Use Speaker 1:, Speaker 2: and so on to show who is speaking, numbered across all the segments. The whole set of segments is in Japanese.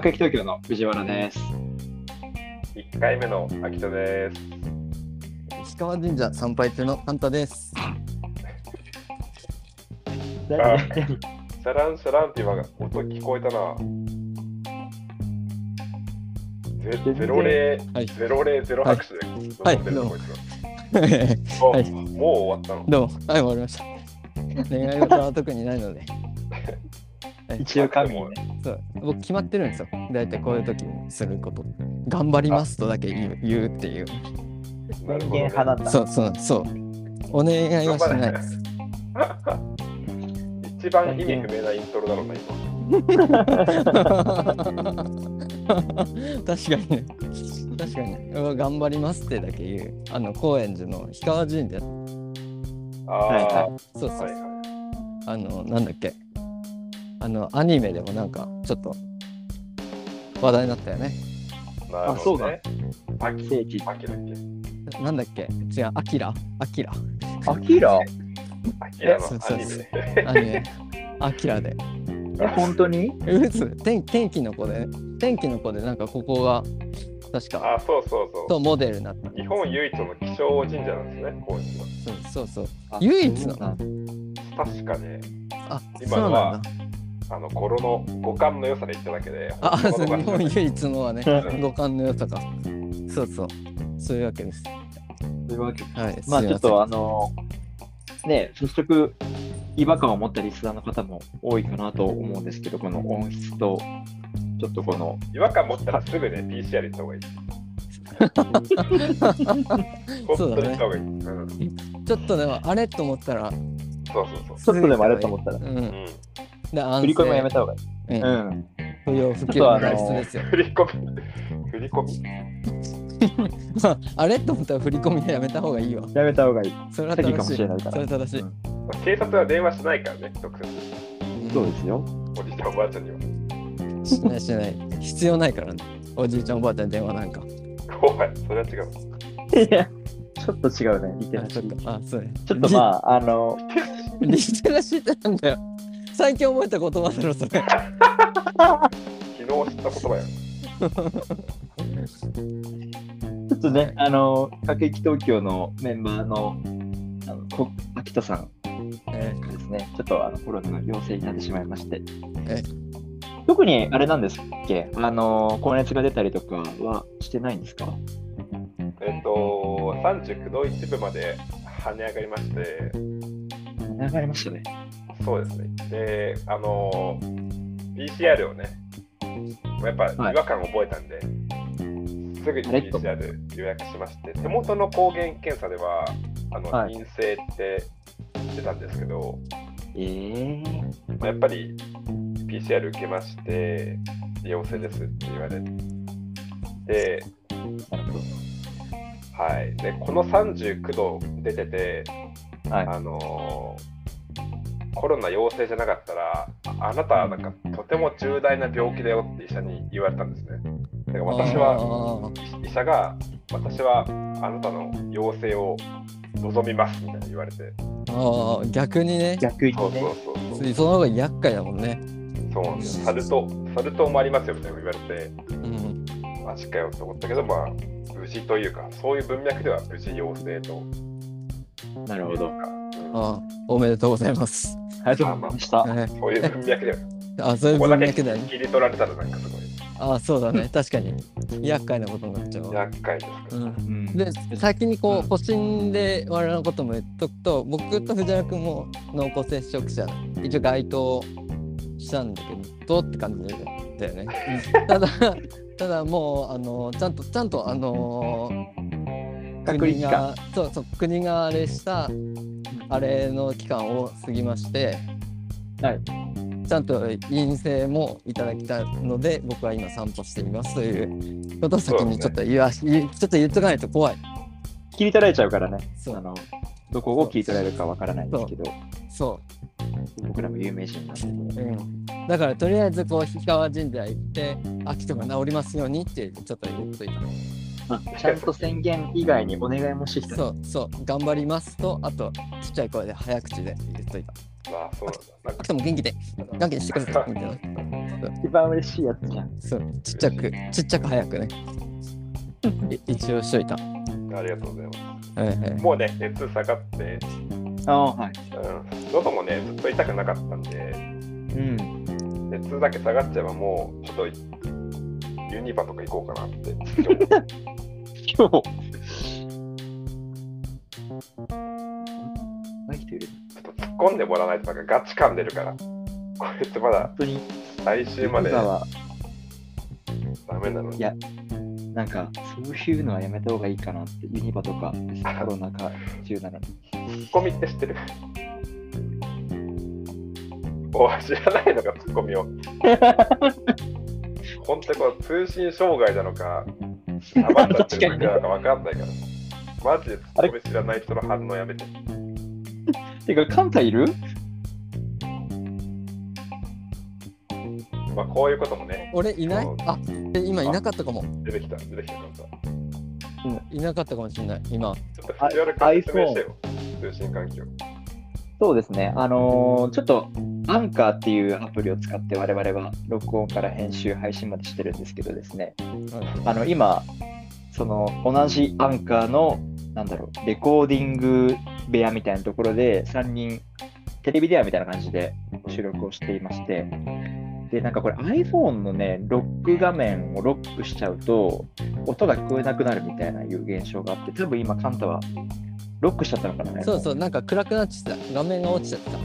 Speaker 1: ク駅東京の藤原です。
Speaker 2: 1回目の秋田です。
Speaker 3: 石川神社参拝中のカンタです。
Speaker 2: あシャランシャランって今音聞こえたな。ゼゼロ零
Speaker 3: はい
Speaker 2: ゼロ零ゼロ拍手で
Speaker 3: はい
Speaker 2: 臨んでるのこいつは
Speaker 3: はい
Speaker 2: あもう終わったの
Speaker 3: どうも、はい、終わりました。恋愛事は特にないので、
Speaker 1: 一応神にね
Speaker 3: そう僕決まってるんですよ。だいたいこういう時にすること。頑張りますとだけ言う言うっていう。
Speaker 2: なるほど
Speaker 4: 人間
Speaker 2: ね
Speaker 4: 派だった。
Speaker 3: そうそうそう。お願いはしないです。
Speaker 2: 一番意味不明なイントロだろうな、今。
Speaker 3: 確かにね。確かに。うん頑張りますってだけ言う。あの、高円寺の氷川神社。
Speaker 2: ああ、
Speaker 3: そうそう
Speaker 2: はいはい。
Speaker 3: あの、なんだっけ。あの、アニメでもなんか、ちょっと、話題になったよね。
Speaker 2: なる
Speaker 1: あそ
Speaker 2: ほ
Speaker 1: う
Speaker 2: ど
Speaker 1: だ
Speaker 2: ね。秋、
Speaker 1: 聖地。
Speaker 2: 秋だっけ
Speaker 3: なんだっけ違う、アキラアキラ。
Speaker 4: アキラ
Speaker 2: 秋だの
Speaker 3: そう
Speaker 2: ア
Speaker 3: そう
Speaker 2: ニ
Speaker 3: そう
Speaker 2: メ。
Speaker 3: アニメ。アキラで。
Speaker 4: え、本当に
Speaker 3: うつ天天気の子で、天気の子で、なんかここが、確か、
Speaker 2: あ、そうそうそ
Speaker 3: とモデルになった。
Speaker 2: う。日本唯一の気象神社なんですね、高知は。
Speaker 3: そうそうそう。唯一なの
Speaker 2: 確かね、
Speaker 3: あ、そ
Speaker 2: 今
Speaker 3: う
Speaker 2: のは
Speaker 3: なんだ。
Speaker 2: あの語呂の語感の良さで言っただけで、
Speaker 3: あ、
Speaker 2: 本当
Speaker 3: そう
Speaker 2: の
Speaker 3: 日
Speaker 2: 語感
Speaker 3: 本
Speaker 2: じゃない
Speaker 3: 唯一のはね
Speaker 2: う、ん
Speaker 3: 五感の良さか。そうそう。そういうわけです。
Speaker 1: というわけで
Speaker 3: はい。
Speaker 4: まあ
Speaker 3: すい
Speaker 4: ちょ
Speaker 3: せん
Speaker 4: っとあの
Speaker 1: ね早速違和感を持ったリスナーの方も多いかなと思うんですけど、この音質とちょっとこの
Speaker 2: 違和感持ったらすぐね、PCR 行った方がいい。 本
Speaker 3: そ
Speaker 2: 当
Speaker 3: うだ
Speaker 2: に行っ
Speaker 3: ね
Speaker 2: た方がいい。うん、
Speaker 3: ちょっとでも、あれと思ったら、
Speaker 2: そうそうそう。
Speaker 4: ちょっとでもあれと思ったら
Speaker 3: う、。
Speaker 2: うんん、
Speaker 3: で、安
Speaker 4: 振り込みはやめ
Speaker 3: た。
Speaker 4: た方がいい。
Speaker 3: うん
Speaker 4: うん。
Speaker 3: 不要不
Speaker 4: ち
Speaker 3: 急
Speaker 4: ょ
Speaker 3: の
Speaker 4: っとあの
Speaker 3: 外出ですよ。
Speaker 2: 振り込み、振り込み、
Speaker 3: あれと思ったら振り込みはやめた方がいいわ。
Speaker 4: やめた方がいい。
Speaker 3: それは
Speaker 1: 詐欺
Speaker 3: 正
Speaker 1: かも
Speaker 3: しい。
Speaker 1: しれないか
Speaker 3: それ
Speaker 1: ら。
Speaker 3: 正しい。
Speaker 2: 警察は電話しないからね、直接。
Speaker 1: そうですよ。
Speaker 2: おじいちゃん、おばあちゃんには。
Speaker 3: しないしない。必要ないからね。おじいちゃんおばあちゃんに電話なんか。
Speaker 2: 怖い、それは違う。
Speaker 4: いや、ちょっと違うね、リテ
Speaker 3: あ
Speaker 4: ラシ
Speaker 3: そっ
Speaker 4: ー。
Speaker 3: かあ、そうね。
Speaker 4: ちょっとまあ、あの、
Speaker 3: リ。 リテラシーってなんだよ。最近覚えた言葉だろ、それ。
Speaker 2: 昨日知った言葉や。
Speaker 1: ちょっとね、あの、各駅東京のメンバーのあのこ秋田さん
Speaker 3: え
Speaker 1: がですね、ちょっとあのコロナの陽性になってしまいまして
Speaker 3: え。
Speaker 1: 特にあれなんですっけあの、高熱が出たりとかはしてないんですか
Speaker 2: えっと、39度1分まで跳ね上がりまして、
Speaker 1: 流れましたね。
Speaker 2: そうですね。で、あのー、PCR をね、やっぱ違和感を覚えたんで、すぐに
Speaker 1: あれと
Speaker 2: PCR 予約しまして、手元の抗原検査では、あの、
Speaker 1: はい
Speaker 2: 陰性って出たんですけど、
Speaker 1: ええ
Speaker 2: まあやっぱり PCR 受けまして、陽性ですって言われて、で、はい。で、この39度出てて、
Speaker 1: はい
Speaker 2: あのーコロナ陽性じゃなかったら、ああなたはなんかとても重大な病気だよって医者に言われたんですね。だから私は、
Speaker 3: は。
Speaker 2: 医者が、私はあなたの陽性を望みますみたいに言われて、
Speaker 3: あーあー、逆にね。
Speaker 4: 逆
Speaker 2: そ
Speaker 4: にね
Speaker 2: うそう、そうそう、
Speaker 3: その方が厄介だもんね。
Speaker 2: そうなんですよサル痘、サル痘もありますよみたいに言われて、
Speaker 3: うん。
Speaker 2: マジかよと思ったけど、まあ、無事というか、そういう文脈では無事陽性と。
Speaker 1: なるほど。
Speaker 2: うん
Speaker 3: ああ、おめでとうございます。
Speaker 1: ありがとうございました。
Speaker 3: え
Speaker 2: そういう文脈では、
Speaker 3: あ、そういう
Speaker 2: ここ
Speaker 3: 文
Speaker 2: だけ
Speaker 3: 脈だよね。
Speaker 2: 切り取られたらなんかすごい
Speaker 3: あ、そうだね。確かに。厄介なことになっちゃうわ。
Speaker 2: 厄介ですけど。
Speaker 3: うん。
Speaker 1: うん
Speaker 3: で先にこ
Speaker 1: うん
Speaker 3: う保身で我々のことも言っとくと僕と藤原君も濃厚接触者一応該当したんだけどどうって感じだよね。ただただもうあのちゃんとちゃんとあの
Speaker 4: 隔離期
Speaker 3: 国がそうそう国があれしたあれの期間を過ぎまして、
Speaker 1: はい
Speaker 3: ちゃんと陰性もいただきたので僕は今散歩していますということを先にちょっと言わ、言ちょっと言っとかないと怖い。
Speaker 1: 切り取られちゃうからね。あ
Speaker 3: そう
Speaker 1: のどこを切り取られるかわからないですけど、
Speaker 3: そ
Speaker 1: 僕らも有名人なん
Speaker 3: う、
Speaker 1: で。
Speaker 3: うん、だからとりあえずこう氷川神社行って秋とか治りますようにってちょっと言っといた
Speaker 1: あちゃんと宣言以外にお願いもしてきた。
Speaker 3: そうそう頑張りますとあとちっちゃい声で早口で言っといた
Speaker 2: まあ、そうなんだ。なんか
Speaker 3: 秋とも元気で元気にしてくださいみたいな
Speaker 4: 一番嬉しいやつじゃん。
Speaker 3: そうちっちゃくちっちゃく早くねい一応しといた、は
Speaker 2: ありがとうございま
Speaker 3: いはい
Speaker 2: す。、もうね、熱下がって、
Speaker 1: ああ、はい。
Speaker 2: うん、喉もね、ずっと痛くなかったん
Speaker 1: う
Speaker 2: で、
Speaker 1: ん。
Speaker 2: 熱だけ下がっちゃえば、もう、ちょっと、ユニバとか行こうかなって。
Speaker 1: 今日。 ない人いる。
Speaker 2: ちょっと突っ込んでもらわないとなんかガチ噛んでるから、こいつまだ
Speaker 1: 本当に、
Speaker 2: 来週まで
Speaker 1: 今
Speaker 2: ダ
Speaker 1: は、
Speaker 2: メなのに
Speaker 1: い。やなんか、そういうのはやめた方がいいかなって、ユニバとか、コロナ禍中なのに。
Speaker 2: ツッコミって知ってるおい知らないのか、ツッコミを。本当にこの通信障害なのか、サバンナってるなのか分かんないから。マジでツッコミ知らない人の反応やめて。
Speaker 1: てか、カンタいる
Speaker 2: まあ、こういうこともね、
Speaker 3: 俺いない
Speaker 2: そう
Speaker 3: あえ今いなかったかも
Speaker 2: 出てきた、出てきたからさ。
Speaker 3: いなかったかもしれない今
Speaker 2: ちょっと藤原君説明してよ、通信環境。
Speaker 1: そうですね、あのーちょっと、アンカーっていうアプリを使って、我々は録音から編集、配信までしてるんですけどですね、あの今、その同じアンカーの、なんだろう、レコーディング部屋みたいなところで、3人、テレビ電話みたいな感じで収録をしていまして、で、なんかこれ iPhone のね、ロック画面をロックしちゃうと、音が聞こえなくなるみたいないう現象があって、多分今、カンタはロックしちゃったのかな。
Speaker 3: そうそうなんか暗くなっちゃった画面が落ちちゃった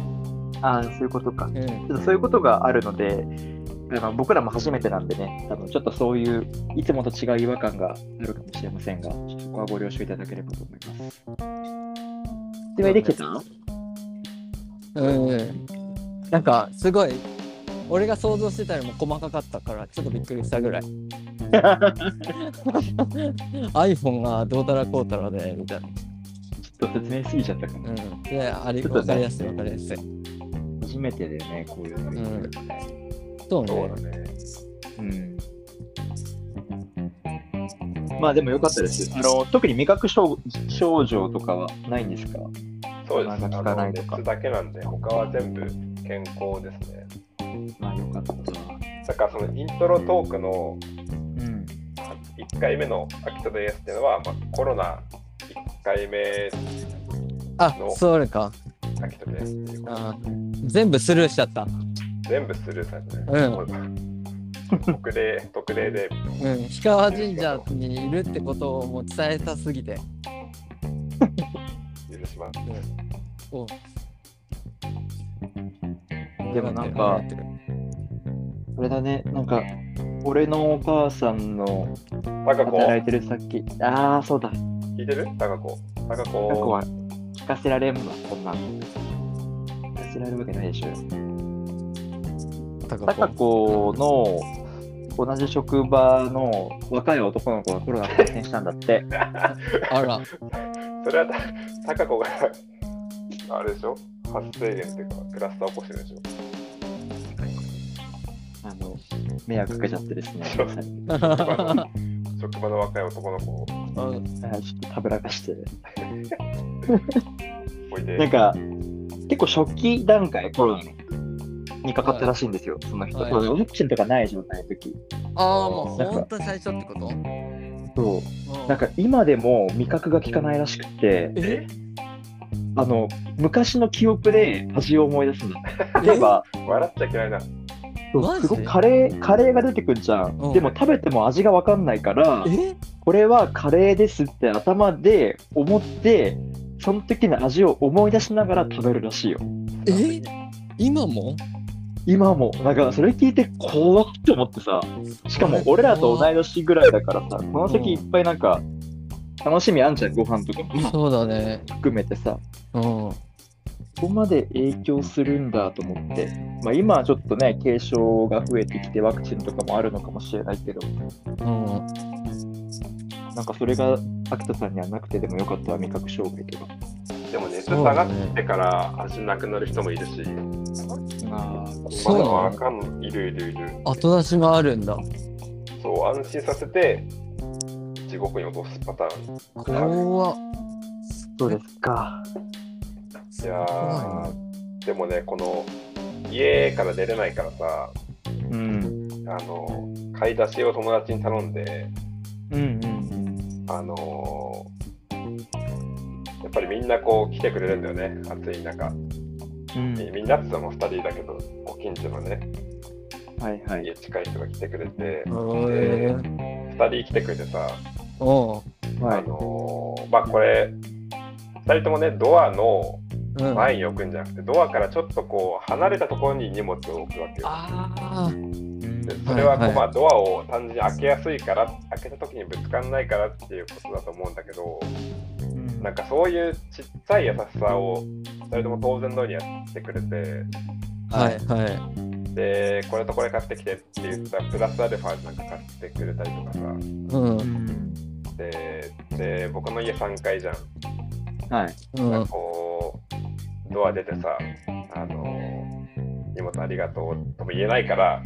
Speaker 1: ああ、そういうことか。
Speaker 3: うん
Speaker 1: ちょっとそういうことがあるので、あの僕らも初めてなんでね、多分ちょっとそういういつもと違う違和感があるかもしれませんが、そこはご了承いただければと思います。説明できてた
Speaker 3: うんなんかすごい俺が想像してたよりも細かかったからちょっとびっくりし たぐらい iPhone がどうたらこうたらでみたいな、
Speaker 1: ちょっと説明しすぎちゃったか
Speaker 3: う
Speaker 1: も。
Speaker 3: ん、であれ
Speaker 1: ちょっとね
Speaker 3: 分かりやすい分かりやすい
Speaker 1: 初めてだよね、こういうのね。
Speaker 3: そう
Speaker 2: そうだ
Speaker 3: ね
Speaker 2: ね。
Speaker 1: うんまあでも良かったです。あの特に味覚症症状とかはないんですか
Speaker 2: そうですね。
Speaker 1: なか
Speaker 2: あ
Speaker 1: なかな
Speaker 2: の
Speaker 1: いとか
Speaker 2: 熱だけなんで、他は全部健康ですね。
Speaker 1: まあ良かった。
Speaker 2: だからそのイントロトークの
Speaker 1: うん。
Speaker 2: 1回目の秋田ですっていうのは、まあ、コロナ1回目
Speaker 3: あそれか
Speaker 2: 秋田ですっていう
Speaker 3: あ全部スルーしちゃった
Speaker 2: 全部スルーされてね、もう特例特例で
Speaker 3: うん氷川神社にいるってことをもう伝えたすぎて
Speaker 2: 許します。
Speaker 3: お
Speaker 1: でもなんかこれだね、なんか、俺のお母さんの
Speaker 2: タカ子
Speaker 1: 働いてるさっき。ああ、そうだ。
Speaker 2: 聞いてるタカ子。タカ
Speaker 1: 過去
Speaker 2: 子
Speaker 1: は聞かせられんわ、こんなん。聞かせられるわけないでしょ。
Speaker 3: 高
Speaker 1: 高子の同じ職場の若い男の子がコロナ感染したんだって。
Speaker 3: あら
Speaker 2: それはタカ子があれでしょ発生源っていうかクラスター起こしてるでしょ
Speaker 1: あの、迷惑かけちゃってですね。
Speaker 2: そう 職場の職場の若い男の子を
Speaker 1: はいちょっとたぶらかして。
Speaker 2: 置いて
Speaker 1: なんか、結構初期段階、コロナの。にかかったらしいんですよ、その人。
Speaker 3: はい
Speaker 1: そうワクチンとかない状態の時。
Speaker 3: ああもうほんと最初ってこと
Speaker 1: そう。なん
Speaker 3: か
Speaker 1: か今でも味覚が効かないらしくて、
Speaker 3: え
Speaker 1: あの昔の記憶で味を思い出すんだ。例えば、
Speaker 2: 笑っちゃいけないな。
Speaker 1: そう
Speaker 3: マジ
Speaker 1: すごくカレーカレーが出てくるじゃん。
Speaker 3: うん
Speaker 1: でも食べても味が分かんないから、
Speaker 3: え
Speaker 1: これはカレーですって頭で思って、その時の味を思い出しながら食べるらしいよ。
Speaker 3: え今も
Speaker 1: 今も、なんかそれ聞いて怖って思ってさ、しかも俺らと同い年ぐらいだからさ、この先いっぱいなんか、楽しみあんじゃん、ご飯とかも
Speaker 3: そうだね
Speaker 1: 含めてさ。
Speaker 3: うん
Speaker 1: ここまで影響するんだと思って、まあ、今はちょっとね、軽症が増えてきて、ワクチンとかもあるのかもしれないけど、
Speaker 3: うん
Speaker 1: なんかそれが秋田さんにはなくてでもよかったわ、味覚障害とか。
Speaker 2: でも熱下がってから味なくなる人もいるし、
Speaker 1: あ
Speaker 2: ま
Speaker 3: そ
Speaker 2: だ
Speaker 3: うなの
Speaker 2: わかんいるいるいる。
Speaker 3: 後出しがあるんだ
Speaker 2: そう、安心させて、地獄に落とすパターン。
Speaker 3: 怖っ
Speaker 1: そうですか。
Speaker 2: いやー、でもね、この家から出れないからさ、
Speaker 1: うん。
Speaker 2: あの買い出しを友達に頼んで
Speaker 1: うんうん。
Speaker 2: あのーやっぱりみんなこう来てくれるんだよね暑い中
Speaker 1: うん
Speaker 2: みみんなって言っても2人だけどご近所のね
Speaker 1: はいはい。
Speaker 2: 家近い人が来てくれて
Speaker 3: へえ
Speaker 2: 2人来てくれてさ
Speaker 3: おう
Speaker 2: あ
Speaker 1: はい。
Speaker 2: のーまあこれ2人ともねドアの
Speaker 3: うん
Speaker 2: 前に置くんじゃなくてドアからちょっとこう離れたところに荷物を置くわけよ。
Speaker 3: あー
Speaker 2: でそれはこう、
Speaker 3: はいはい
Speaker 2: まあ、ドアを単純に開けやすいから開けた時にぶつかんないからっていうことだと思うんだけど
Speaker 1: うん
Speaker 2: なんかそういうちっちゃい優しさを2人とも当然のようにやってくれて
Speaker 3: はいは
Speaker 2: でこれとこれ買ってきてって言ったらプラスアルファでなんか買ってくれたりとかさ
Speaker 3: いうん
Speaker 1: う
Speaker 3: うん
Speaker 1: ん
Speaker 2: でで僕の家3階じゃん
Speaker 1: はい。
Speaker 2: なんかこうドア出てさあの荷物ありがとうとも言えないから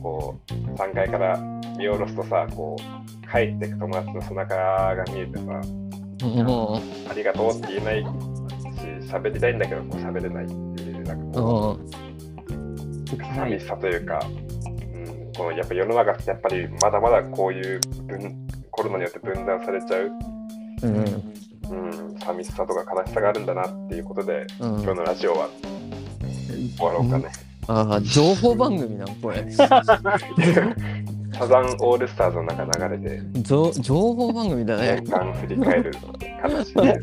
Speaker 2: こう3階から見下ろすとさこう帰ってく友達の背中が見えてさ
Speaker 3: うん
Speaker 2: ありがとうって言えないし喋りたいんだけどこう喋れないっていうなんかこ
Speaker 3: うん
Speaker 2: う寂しさというか、うん、こうやっぱ世の中ってやっぱりまだまだこういう分コロナによって分断されちゃう、
Speaker 3: うん
Speaker 2: うん、寂しさとか悲しさがあるんだなっていうことで
Speaker 3: うん
Speaker 2: 今日のラジオは終わろうかね。
Speaker 3: ああ情報番組なん これ
Speaker 2: サザンオールスターズの中流れで
Speaker 3: ぞ情報番組だね
Speaker 2: 年間振り返る形で、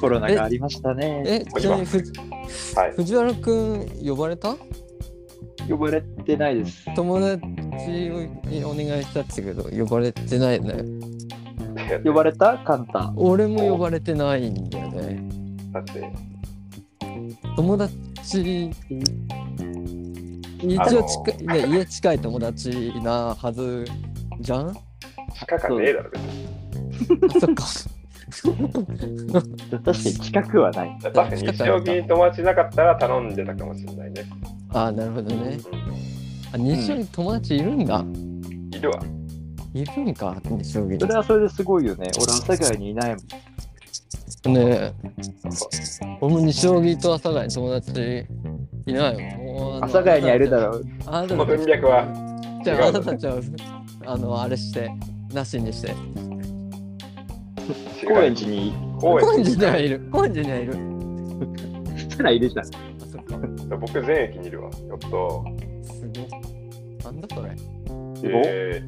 Speaker 1: コロナがありましたね。
Speaker 3: えちなみにふ
Speaker 2: はい、
Speaker 3: 藤原くん呼ばれた
Speaker 1: 呼ばれてないです。
Speaker 3: 友達にお願いしたって言うけど呼ばれてないね
Speaker 1: 呼ばれたカンタ。
Speaker 3: 俺も呼ばれてないんだよね
Speaker 2: だって
Speaker 3: 友達一応近い、ね、家近い友達なはず じゃんあ
Speaker 2: 近かねえだろ別に
Speaker 3: そっか
Speaker 1: 確かに近くはない。
Speaker 2: 確かに西荻に友達いなかったら頼んでたかもしれないね、
Speaker 3: ああなるほどね
Speaker 2: う
Speaker 3: あ西尾に友達いるんだ、
Speaker 2: ん、いるわ
Speaker 3: いるんか西尾に
Speaker 1: それはそれですごいよね。俺、阿佐ヶ谷にいないもん。
Speaker 3: ね
Speaker 2: そう
Speaker 3: 俺も西荻と阿佐ヶ谷に友達いないもんもうあの
Speaker 1: 阿佐ヶ谷にはいるだろう。
Speaker 3: あなた
Speaker 2: この文脈は
Speaker 3: じゃあ
Speaker 2: 違
Speaker 3: あ
Speaker 2: うの
Speaker 3: なたたちはあのあれしてなしにして
Speaker 2: 違う
Speaker 1: 高円寺に。
Speaker 2: 高
Speaker 3: 高
Speaker 2: 円
Speaker 3: 円寺にはいる高円寺にはいる
Speaker 1: したらいるじゃん。
Speaker 3: あそっか
Speaker 2: 寺僕全駅にいるわやっと
Speaker 3: すごいなんだそれ
Speaker 1: すごっ
Speaker 2: え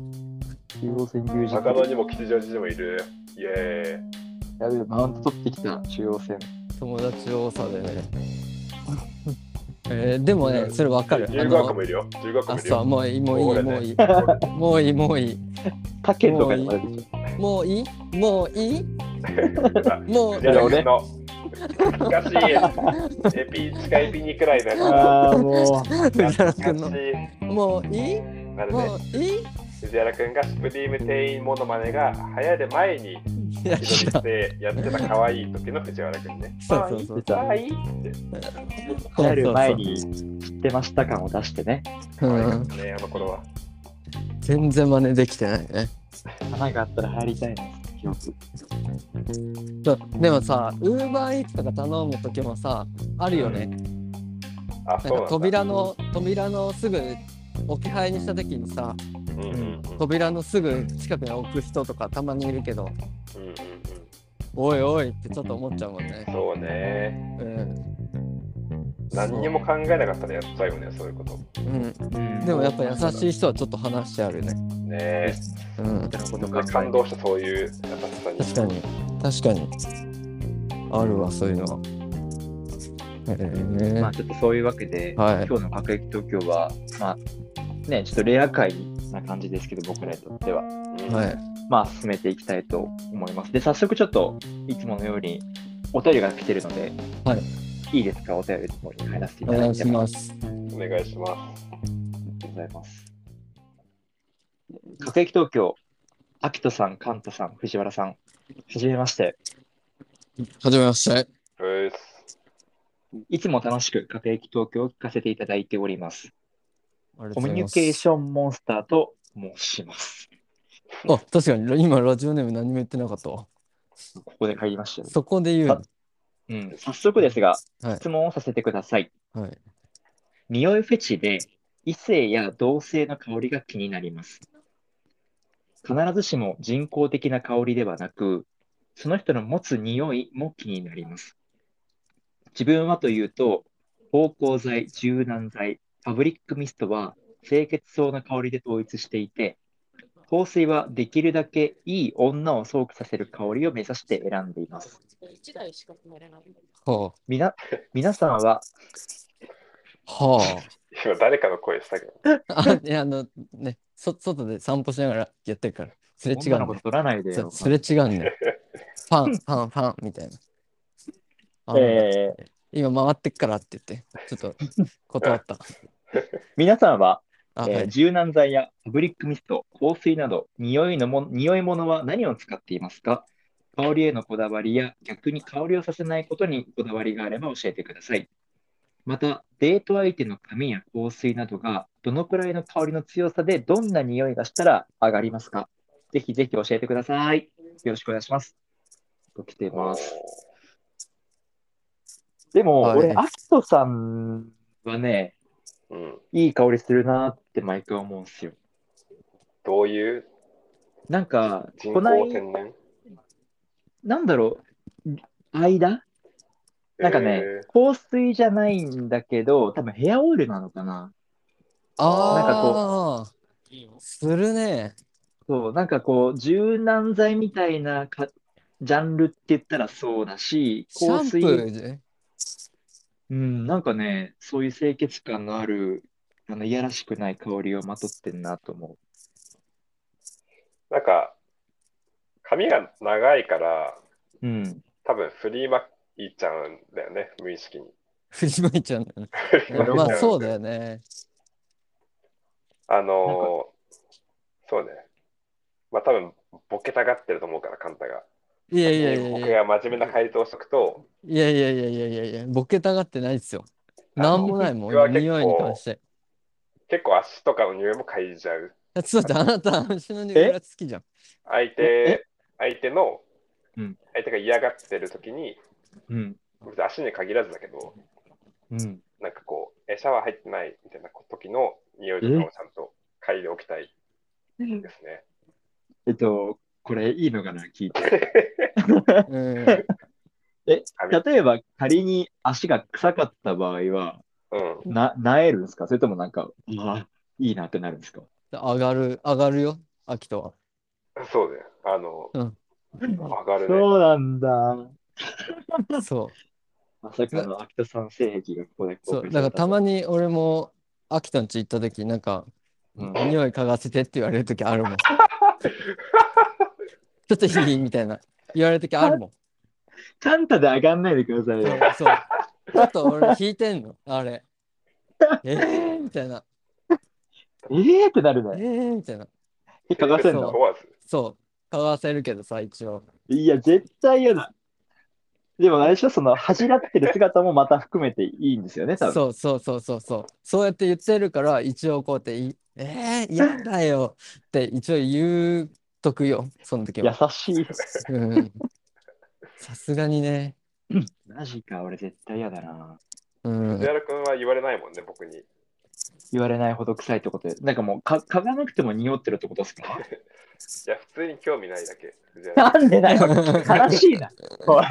Speaker 1: 中央線 U
Speaker 2: ー、
Speaker 1: 字
Speaker 2: 中野にも吉祥寺にもいるイエ
Speaker 1: やべえ、マウント取ってきた、中央線。
Speaker 3: 友達多さでね えー、でもねそれわかる
Speaker 2: ーイ
Speaker 3: あ
Speaker 2: 中学
Speaker 3: の
Speaker 2: もいるよ中学も
Speaker 3: あ
Speaker 2: いる
Speaker 3: そう
Speaker 2: よ
Speaker 3: もういいもういいもういいもういいもういい
Speaker 1: 他県とかにも出てき
Speaker 3: もういいもういいもう
Speaker 2: じゃあ俺
Speaker 1: 俺
Speaker 2: の難しいエピ近いピニくらいだ
Speaker 1: た。
Speaker 2: な
Speaker 1: あ、もう。
Speaker 3: 藤原く
Speaker 2: 懐
Speaker 3: んの
Speaker 2: かしい
Speaker 3: もういい
Speaker 2: あれね
Speaker 3: もういい
Speaker 2: 藤原くんがスプリーム店員モノマネが流行る前に
Speaker 3: いや。
Speaker 2: 自撮りしてやってた可愛い時の藤原くんね
Speaker 3: そうそうそう
Speaker 2: 可愛いって
Speaker 1: 流行る前に知ってました感を出してね。
Speaker 2: 可愛かったね、あの頃は。
Speaker 3: 全然真似できてないね
Speaker 1: 花があったら入りたいです、記憶。
Speaker 3: そうでもさウーバーイーツとか頼む時もさあるよね、
Speaker 2: あ、そう
Speaker 3: な
Speaker 2: なんん
Speaker 3: か
Speaker 2: だ。
Speaker 3: 扉の扉のすぐ置き配にした時にさ
Speaker 2: うんうんうん。うん
Speaker 3: 扉のすぐ近くに置く人とかたまにいるけど
Speaker 2: うんうん。
Speaker 3: おいおいってちょっと思っちゃうもんね
Speaker 2: そうね。
Speaker 3: うん
Speaker 2: 何にも考えなかったらやっちゃうよね、そういうこと。
Speaker 3: うん、で
Speaker 1: で
Speaker 3: もやっぱ優し
Speaker 1: い。
Speaker 3: い人はちょっと話してあるね
Speaker 2: ね
Speaker 3: うん
Speaker 1: こと
Speaker 2: え。感動した、そういう優しさに。
Speaker 3: 確かに確かにあるわそういうのはへえ
Speaker 1: まあちょっとそういうわけで、
Speaker 3: はい
Speaker 1: 今日の「各駅東京は」まあね、ちょっとレア会な感じですけど、僕らにとっては、
Speaker 2: うん
Speaker 3: はい
Speaker 1: まあ進めていきたいと思います。で、早速ちょっといつものようにお便りが来てるので、、
Speaker 3: はい
Speaker 1: いですか、お便りの方に入らせてい
Speaker 3: お
Speaker 1: ただ
Speaker 3: 願
Speaker 1: い
Speaker 3: い
Speaker 1: て
Speaker 3: し
Speaker 1: ま。
Speaker 3: ますす
Speaker 2: お願いしま
Speaker 1: ありがとうございます。各駅東京、アキトさん、カンタさん、藤原さん、はじめまして。
Speaker 3: はじめまして
Speaker 2: す。うっす。
Speaker 1: いつも楽しく各駅東京を聞かせていただいております。コミュニケー
Speaker 3: ョン
Speaker 1: ションモンスターと申します。
Speaker 3: あ確かに今ラジオネーム何も言ってなかったわ
Speaker 1: ここで帰りましたよ、
Speaker 3: そこで言うの
Speaker 1: うん。早速ですが、
Speaker 3: はい
Speaker 1: 質問をさせてください。
Speaker 3: はい
Speaker 1: 匂いフェチで異性や同性の香りが気になります。必ずしも人工的な香りではなく、その人の持つ匂いも気になります。自分はというと、芳香剤、柔軟剤、ファブリックミストは清潔そうな香りで統一していて、香水はできるだけいい女を想起させる香りを目指して選んでいます。
Speaker 5: 1台しか止めれない。
Speaker 3: は
Speaker 1: みな皆さんは
Speaker 3: あ。 は
Speaker 2: 今誰かの声したけど、
Speaker 3: あ。あ、いや、あの、ね、そ外で散歩しながらやってるから、すれ違
Speaker 1: 女
Speaker 3: う
Speaker 1: の
Speaker 3: ん
Speaker 1: 子
Speaker 3: だよ。
Speaker 1: 取らないでよ
Speaker 3: そ。すれ違うんだよ。ファン、ファン、ファンみたいな。あ
Speaker 1: えー
Speaker 3: 今回ってっからって言って、ちょっと断った。
Speaker 1: 皆さんは、
Speaker 3: あ、
Speaker 1: えー
Speaker 3: はい。
Speaker 1: 柔軟剤やファブリックミスト、香水など匂いのも匂い物は何を使っていますか香りへのこだわりや逆に香りをさせないことにこだわりがあれば教えてください。また、デート相手の髪や香水などがどのくらいの香りの強さでどんな匂いがしたら上がりますかぜひぜひ教えてください。よろしくお願いします。と来ています。でも、
Speaker 3: はい
Speaker 1: 俺、アキトさんはね、
Speaker 2: うん、
Speaker 1: いい香りするなって毎回思うんですよ。
Speaker 2: どういう
Speaker 1: なんか、
Speaker 2: 人
Speaker 1: こな
Speaker 2: 工
Speaker 1: い、
Speaker 2: 天然
Speaker 1: なんだろう、間なんかね、
Speaker 2: え
Speaker 1: 香水じゃないんだけど、多分ヘアオイルなのかな。なんか
Speaker 3: ああ、するね。
Speaker 1: そう、なんかこう、柔軟剤みたいなかジャンルって言ったらそうだし、
Speaker 3: シャ
Speaker 1: 香
Speaker 3: ンプ
Speaker 1: 水、
Speaker 3: ーじゃ
Speaker 1: うん、なんかね、そういう清潔感のある、あの、いやらしくない香りをまとってんなと思う。
Speaker 2: ーなんか髪が長いから
Speaker 1: うん。
Speaker 2: 多分振りまいちゃうんだよね無意識に。
Speaker 3: 振りまいちゃうん だよね。
Speaker 1: うん
Speaker 3: まあ、そうだよね。
Speaker 2: あのーそうね。まあ多分ボケたがってると思うから、カンタが。
Speaker 3: いやいやいやい
Speaker 2: 僕が
Speaker 3: や。
Speaker 2: 真面目な回答をしとくと、
Speaker 3: いやいやいやいやいやいや、ボケたがってないですよ。なんもないもん、
Speaker 2: 僕は結構
Speaker 3: 匂いに関して。
Speaker 2: 結構足とかの匂いも嗅いじゃう。
Speaker 3: えちょっと待って、あなた、足の匂いが好きじゃん。
Speaker 2: 相
Speaker 1: え
Speaker 2: 手、相手の
Speaker 1: うん、
Speaker 2: 相手が嫌がってる時に、
Speaker 1: うん。
Speaker 2: 別に足に限らずだけど、
Speaker 1: うん。
Speaker 2: なんかこう、えシャワー入ってないみたいな時の匂いとかをちゃんと嗅いでおきたいですね。
Speaker 1: えっと、これいいのかな、聞いて。
Speaker 3: うん。
Speaker 1: え、
Speaker 2: 髪
Speaker 1: 例えば仮に足が臭かった場合は、
Speaker 2: うん。
Speaker 1: な、なえるんですかそれともなんか、あいいなってなるんですか
Speaker 3: 上がる、上がるよ、秋とは。
Speaker 2: そうね。あの、
Speaker 3: うん
Speaker 2: 上がるね。
Speaker 1: そうなんだ。
Speaker 3: そう。
Speaker 1: まさかの秋田さん性癖がここで
Speaker 3: そ
Speaker 1: 公
Speaker 3: う、
Speaker 1: 開
Speaker 3: だからたま
Speaker 1: に、
Speaker 3: に俺も秋田んち行った時なんか、
Speaker 1: うん
Speaker 3: 匂い嗅がせてって言われる時あるもん。ちょっといいみたいな言われる時あるもん。
Speaker 1: カンタで上がんないでください
Speaker 3: そう
Speaker 1: よ。
Speaker 3: そう。ちょっと俺引いてんの、あれ。えー、みたいな。
Speaker 1: ええってなる
Speaker 3: え
Speaker 1: ね。
Speaker 3: ー、みたいな。
Speaker 1: 嗅がせん
Speaker 3: そう
Speaker 1: の
Speaker 2: 問わず。
Speaker 3: そう。嗅がせるけどさ、一応。
Speaker 1: いや、絶対嫌だ。でも、あれでしょ、その、恥じらってる姿もまた含めていいんですよね、多分。
Speaker 3: そうそうそうそうそう。そうやって言ってるから、一応こうやってい、えー、やだよって一応言うとくよ、その時
Speaker 1: 優
Speaker 3: は。
Speaker 1: しい。
Speaker 3: うんさすがにね。
Speaker 1: マジか、俺絶対嫌だな。
Speaker 3: うん
Speaker 2: 藤。原君は言われないもんね、僕に。
Speaker 1: 言われないほど臭いってことで、なんかもうか、嗅がなくても匂ってるってことですか
Speaker 2: いや、普通に興味ないだけ。藤原
Speaker 1: なんでだよ、悲しい な。おい。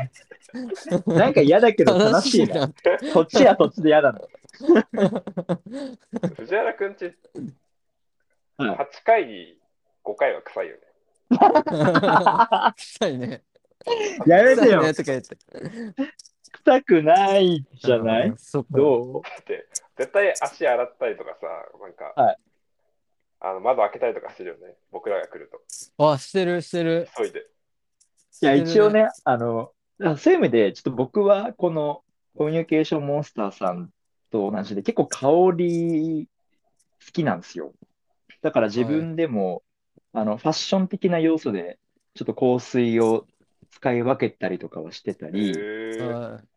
Speaker 1: なんか嫌だけど悲しいな。
Speaker 3: な。
Speaker 1: そっちはそっちで嫌だな。
Speaker 2: 君藤原君ち、
Speaker 1: うん
Speaker 2: 8回に5回は臭いよね。
Speaker 3: 臭いね。
Speaker 1: やめ
Speaker 3: 臭
Speaker 1: て
Speaker 3: い
Speaker 1: よ、
Speaker 3: ねとか言って。
Speaker 1: 臭くないじゃな
Speaker 3: う
Speaker 1: い
Speaker 3: んそっか
Speaker 1: ど
Speaker 2: だって、絶対足洗ったりとかさ、なんか、
Speaker 1: はい
Speaker 2: あの窓開けたりとかしてるよね。僕らが来ると。
Speaker 3: あ、してるしてる。
Speaker 2: 急いで。
Speaker 1: ういや、一応ね、あの、あそういう意味で、ちょっと僕はこのコミュニケーションモンスターさんと同じで、結構香り好きなんですよ。だから自分でも、あの、ファッション的な要素で、ちょっと香水を使い分けたりとかはしてたり、
Speaker 2: へ
Speaker 3: う
Speaker 2: ー
Speaker 3: ん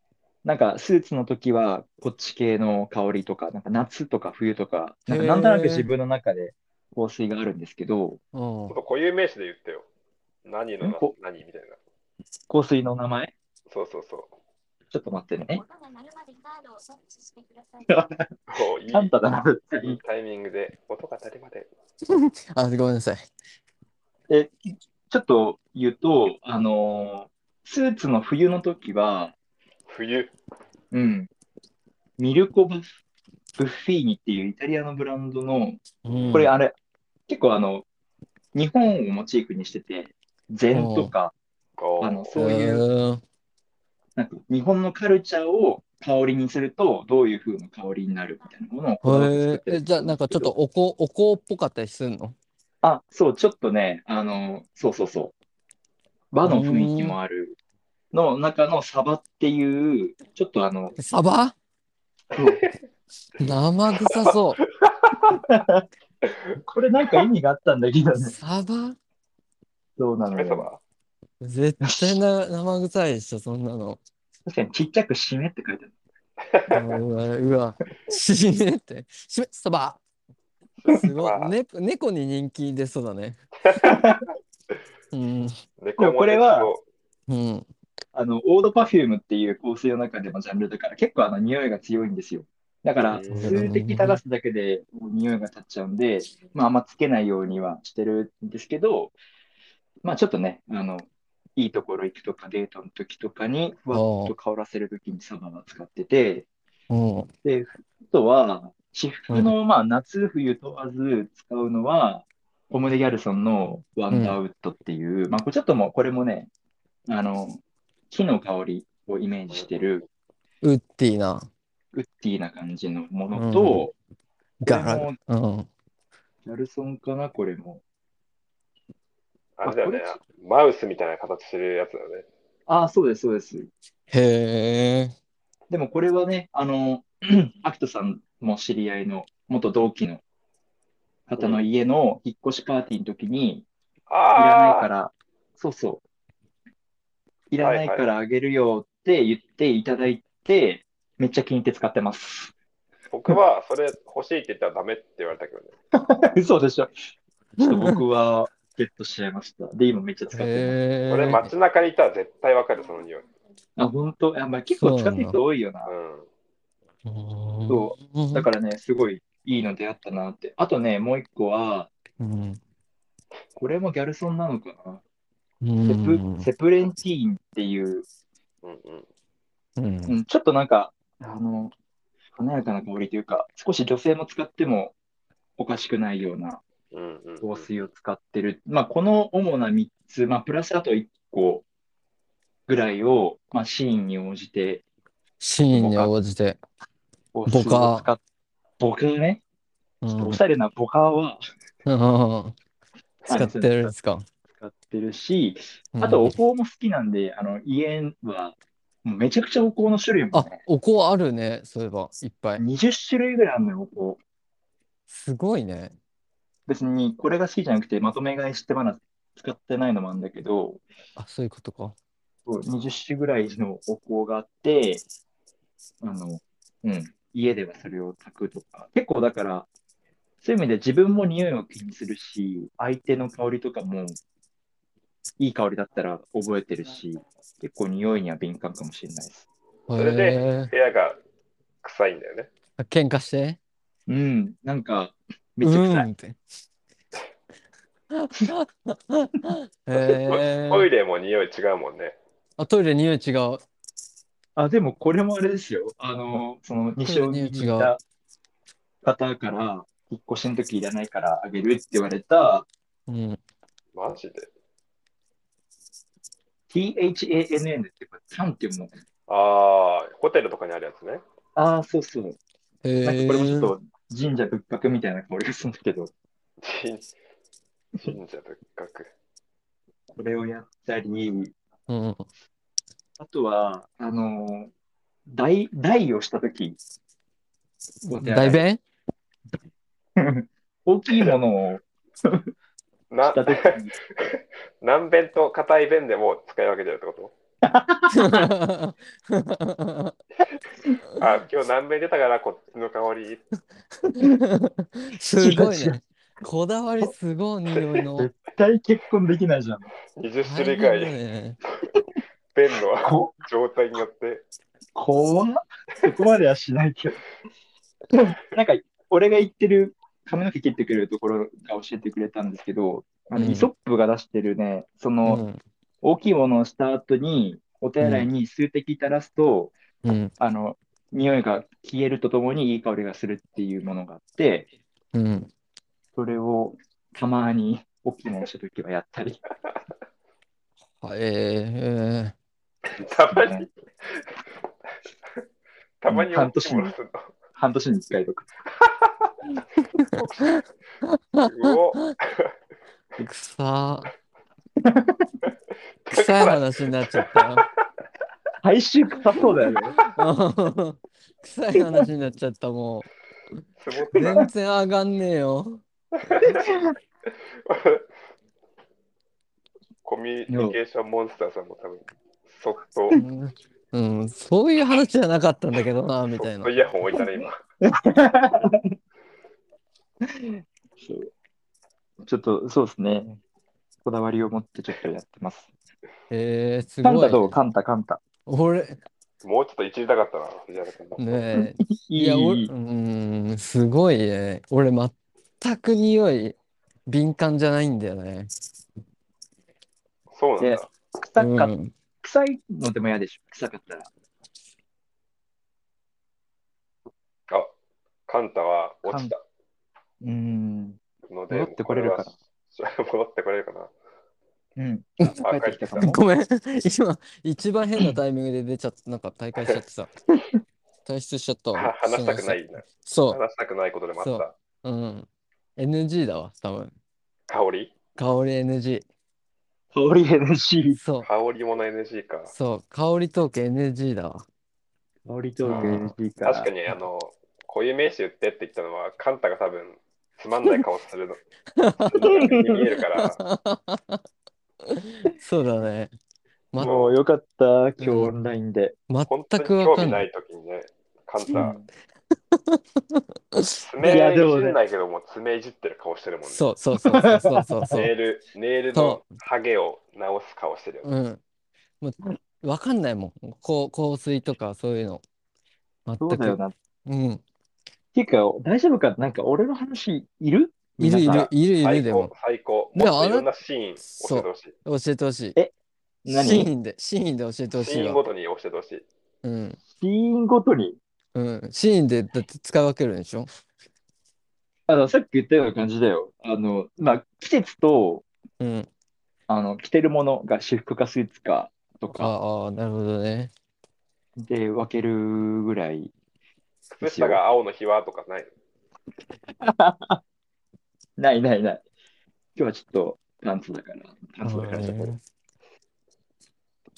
Speaker 1: なんかスーツの時はこっち系の香りとか、なんか夏とか冬とか、なんか
Speaker 3: へー
Speaker 1: なんとなく自分の中で香水があるんですけど、
Speaker 3: うん
Speaker 2: ちょっと固有名詞で言ってよ。何の
Speaker 1: んこ
Speaker 2: 何みたいな。
Speaker 1: 香水の名前
Speaker 2: そうそうそう。
Speaker 1: ちょっと待ってね。
Speaker 2: こういい
Speaker 1: カンタだな。
Speaker 2: いいタイミングで音が足りまで。
Speaker 3: あ、ごめんなさい。
Speaker 1: え、ちょっと言うと、あのースーツの冬の時は、
Speaker 2: 冬。
Speaker 1: うん、ミルコブッブッフィーニっていうイタリアのブランドの、これ
Speaker 3: あ
Speaker 1: あれ、結構あの、日本をモチーフにしてて、禅とか、
Speaker 2: こう
Speaker 1: あのそういう、なんか日本のカルチャーを香りにすると、どういう風な香りになるみたいなものをこだわって作っ
Speaker 3: へえ
Speaker 1: てる
Speaker 3: えじゃあなんかちょっとおこおこっぽかったりするの
Speaker 1: あ、そう、ちょっとね、あの、そうそうそう。和の雰囲気もある。の中のサバっていう、ちょっとあの、
Speaker 3: サバ
Speaker 1: そう
Speaker 3: 生臭そ
Speaker 1: これなんか意味があったんだけど
Speaker 3: う。
Speaker 1: ね。
Speaker 3: サバ
Speaker 1: そうなの
Speaker 2: 姫
Speaker 1: よ。
Speaker 2: 様。
Speaker 3: 絶対な生臭いでしょ、そんなの。
Speaker 1: 確かにちっちゃく締めって書いてある。
Speaker 3: うわ、うわ、死ねって。しめ、サバすごい。ね、猫に人気出そうだね。うん、
Speaker 2: 猫も
Speaker 1: これは
Speaker 2: 猫
Speaker 3: うん。
Speaker 1: あの、オードパフュームっていう香水の中でもジャンルだから、結構あの、匂いが強いんですよ。だから、
Speaker 2: うん
Speaker 1: 数滴垂らすだけでもう匂いが立っちゃうんで、まあ、あんまつけないようにはしてるんですけど、まあ、ちょっとね、あの、いいところ行くとか、デートの時とかに、ふわっと香らせる時にサバは使ってて、
Speaker 3: うん。
Speaker 1: で、あとは、私服の、まあ、夏冬問わず使うのは、コムデ・ギャルソンのワンダーウッドっていう、まあ、これちょっともう、これもね、あの、木の香りをイメージしてる、
Speaker 3: ウッディな。
Speaker 1: ウッディな感じのものと、
Speaker 3: ガ
Speaker 1: これ
Speaker 3: ラ
Speaker 1: も。
Speaker 3: うん。
Speaker 1: ギャルソンかな、これも。
Speaker 2: あれだよね
Speaker 1: あ。
Speaker 2: マウスみたいな形してるやつだよね。
Speaker 1: ああ、そうです、そうです。
Speaker 3: へえ。
Speaker 1: でもこれはね、あ の、アキトさんも知り合いの元同期の方の家の引っ越しパーティーの時に、いらないか
Speaker 2: ああ。
Speaker 1: ら、そうそう、いらないからあげるよって言っていただいて、めっちゃ気に入って使ってます。
Speaker 2: 僕はそれ欲しいって言ったらダメって言われたけど ね。
Speaker 1: 嘘でしょ。ちょっと僕はゲットしちゃいました。で、今めっちゃ使ってます。
Speaker 3: へえ。
Speaker 2: それ街中にいたら絶対わかる、その匂い。
Speaker 1: あ、本当あ、まあ、結構使ってる人多いよな。
Speaker 3: そ
Speaker 1: そだからね、すごいいいの出会ったなって。あとね、もう一個は、
Speaker 3: ら、うん。
Speaker 1: これもギャルソンなのかな
Speaker 3: う
Speaker 1: セ
Speaker 3: ん
Speaker 1: プセプレンティーンっていう、
Speaker 2: うん。うんうん。
Speaker 3: うん
Speaker 1: うん、ちょっとなんか、あの、華やかな香りというか、少し女性も使ってもおかしくないような
Speaker 2: うんうんう
Speaker 1: 香
Speaker 2: ん
Speaker 1: 水を使ってる。まあ、この主な3つ、まあ、プラスあと1個ぐらいを、まあ、シーンに応じて、
Speaker 3: シーンに応じて。
Speaker 1: 香水を使っボカね。
Speaker 3: う
Speaker 1: ちょっと
Speaker 3: ん
Speaker 1: おしゃれなボカは
Speaker 3: うん使ってるんですか。
Speaker 1: 使ってるし、あとお香も好きなんで、あの家はもうめちゃくちゃお香の種類
Speaker 3: うん、
Speaker 1: も
Speaker 3: あ
Speaker 1: ね、
Speaker 3: お香あるね、そういえば、いっぱい。
Speaker 1: 20種類ぐらいあるのよ、お香。
Speaker 3: すごいね。
Speaker 1: 別にこれが好きじゃなくてまとめ買いしてまだ使ってないのもあるんだけど、
Speaker 3: あ、そういうことか。
Speaker 1: そう20種ぐらいのお香があって、あの、うん、家ではそれを炊くとか、結構だから、そういう意味で自分も匂いを気にするし、相手の香りとかも、いい香りだったら覚えてるし、結構匂いには敏感かもしれないです。
Speaker 3: へ
Speaker 2: れで
Speaker 3: え。
Speaker 2: 部屋が臭いんだよね。
Speaker 3: 喧嘩して。
Speaker 1: うん、なんか、めっちゃ臭
Speaker 3: う
Speaker 1: い。
Speaker 3: ん って。へ
Speaker 2: トイ
Speaker 3: え。
Speaker 2: レも匂い違うもんね。
Speaker 3: あ、トイレ匂い違う。
Speaker 1: あ、でもこれもあれですよ。あの、その、西尾にいた方から、引っ越しの時いらないからあげるって言われた、
Speaker 3: うん。
Speaker 2: マジで。
Speaker 1: THANN ってこれ、タンって読むのかな
Speaker 2: ああ、ホテルとかにあるやつね。
Speaker 1: ああ、そうそう。
Speaker 3: へ
Speaker 1: なんかこれもちょっと
Speaker 3: え。
Speaker 1: 神社仏閣みたいな香りがするんだけど、
Speaker 2: 神神社仏閣。
Speaker 1: これをやったり、
Speaker 3: うん。
Speaker 1: あとは、あの、代、代をした時
Speaker 3: 大 便
Speaker 1: 大きいものを
Speaker 2: な
Speaker 1: した時
Speaker 2: 軟便と硬い便でも使い分けてるってことあ今日軟便出たからこっちの香り。
Speaker 3: すごい
Speaker 1: 違う違
Speaker 3: ね。こだわりすごい匂い の
Speaker 1: 絶。対結婚できないじゃん。
Speaker 2: 20種類ぐらい
Speaker 3: ね。
Speaker 2: 便の
Speaker 1: こ
Speaker 2: 状態によって
Speaker 1: 怖っそこまではしないけど。でも なんか、俺が言ってる髪の毛切ってくれるところが教えてくれたんですけど、あの
Speaker 3: うん
Speaker 1: イソップが出してるね、その、
Speaker 3: うん
Speaker 1: 大きいものをした後に、お手洗いに数滴垂らすと、
Speaker 3: うん
Speaker 1: あの、匂いが消えるとともにいい香りがするっていうものがあって、
Speaker 3: うん
Speaker 1: それをたまに大きいものをしたときはやったり。
Speaker 3: はえ
Speaker 2: たまに、たまに
Speaker 1: 半年に
Speaker 2: 大きいもの
Speaker 1: 半年に1回 とか。
Speaker 2: すんのうお
Speaker 3: ー、 く さ
Speaker 2: だ
Speaker 3: 臭い
Speaker 2: から
Speaker 3: 話になっちゃったよ
Speaker 1: 最終臭そうだよね。
Speaker 3: うん臭い話になっちゃったも
Speaker 2: すご
Speaker 3: う
Speaker 2: くない
Speaker 3: 全然上がんねえよ
Speaker 2: コミュニケーションモンスターさんも多分そっと、
Speaker 3: うんうん、そういう話じゃなかったんだけどなみた
Speaker 2: そ
Speaker 3: い
Speaker 2: っ
Speaker 3: な
Speaker 2: とイヤホン置いたね、今。
Speaker 1: そうちょっと、そうですね。こだわりを持ってちょっとやってます。
Speaker 3: えー、す
Speaker 1: カン
Speaker 3: ご
Speaker 1: タ
Speaker 3: いね、
Speaker 1: どうカンタ、カンタ。
Speaker 3: 俺
Speaker 2: もうちょっといじりたかったな、藤原君の。
Speaker 3: ねえ
Speaker 1: い
Speaker 3: いや俺
Speaker 1: いう
Speaker 3: ーんすごいね俺全く匂い敏感じゃないんだよね
Speaker 2: そうなん
Speaker 1: で
Speaker 2: だ。
Speaker 1: 臭か、
Speaker 3: うん
Speaker 1: 臭いのでも嫌でしょ。臭かったら。
Speaker 2: あ、カンタは落ちた
Speaker 1: うん。
Speaker 2: ので、
Speaker 1: 戻ってこれるかな
Speaker 2: これは。 戻ってこれるかな。
Speaker 1: うん。
Speaker 2: あ、帰
Speaker 1: 帰
Speaker 2: っ
Speaker 1: ってて
Speaker 2: き
Speaker 1: き
Speaker 2: た
Speaker 1: たか
Speaker 2: かも
Speaker 1: も。
Speaker 3: ごめん、 今、一番変なタイミングで出ちゃった、なんか大会しちゃってさ。退出しちゃったわ
Speaker 2: は。話したくないな。
Speaker 3: そ
Speaker 2: 話したくないことでもあった。
Speaker 3: う、うん。NG だわ、多分。
Speaker 2: 香り
Speaker 3: 香り NG。
Speaker 1: 香り NG。
Speaker 3: そう、
Speaker 2: 香りもの NG か。
Speaker 3: そう、香りトーク NG だわ。
Speaker 1: 香りトーク NG か。
Speaker 2: 確かに、あの、こういう名詞言ってって言ったのは、カンタが多分、つまんない顔する の。するのが見えるから、
Speaker 3: そうだね。ま
Speaker 1: もうよかった、今日オンラインで。
Speaker 2: 本当
Speaker 3: 全
Speaker 2: に
Speaker 3: く
Speaker 2: 興
Speaker 3: わか
Speaker 2: 味
Speaker 3: ん
Speaker 2: な
Speaker 3: ない。
Speaker 2: いときにね、カン
Speaker 1: う
Speaker 2: タ、
Speaker 1: ん
Speaker 2: 爪
Speaker 1: いや
Speaker 2: いじ
Speaker 1: でもね
Speaker 2: んないけども、爪いじってる顔してるもんね。
Speaker 3: そうそうそうそうそうそう そ
Speaker 2: ネイ
Speaker 3: う。
Speaker 2: ル、ネイルの
Speaker 3: そ
Speaker 2: ハゲを直す顔してるよね。
Speaker 3: うん。もう、わかんないもん。こう香水とかそういうの。全
Speaker 1: そうだよ
Speaker 3: く。
Speaker 1: な。っ
Speaker 3: うん。
Speaker 1: ていうか、大丈夫かなんか俺の話いる
Speaker 3: いるい
Speaker 1: 皆さ
Speaker 3: る
Speaker 1: ん
Speaker 3: いるいる
Speaker 2: 最
Speaker 3: で
Speaker 2: 高
Speaker 3: も。、
Speaker 2: 最高。
Speaker 3: で
Speaker 2: も
Speaker 3: も
Speaker 2: っといろんなシーン教えてほしい。
Speaker 3: 教えてほしい。
Speaker 1: 何
Speaker 3: シーンで、シーンで教えてほし
Speaker 2: シ
Speaker 3: い
Speaker 2: ーン
Speaker 3: わ
Speaker 2: ご。とに教えてほしい。
Speaker 3: うん。
Speaker 1: シーンごとに。
Speaker 3: うん。シーンでだって使い分けるんでしょ
Speaker 1: あの、さっき言ったような感じだよ。あの、まあ、季節と、
Speaker 3: うん。
Speaker 1: あの、着てるものが私服かスーツかとか
Speaker 3: ああ、なるほどね。
Speaker 1: で分けるぐらい
Speaker 2: 靴下が青の日はとかない。
Speaker 1: ないないない。今日はちょっとパンツだから、パンツだからちょっ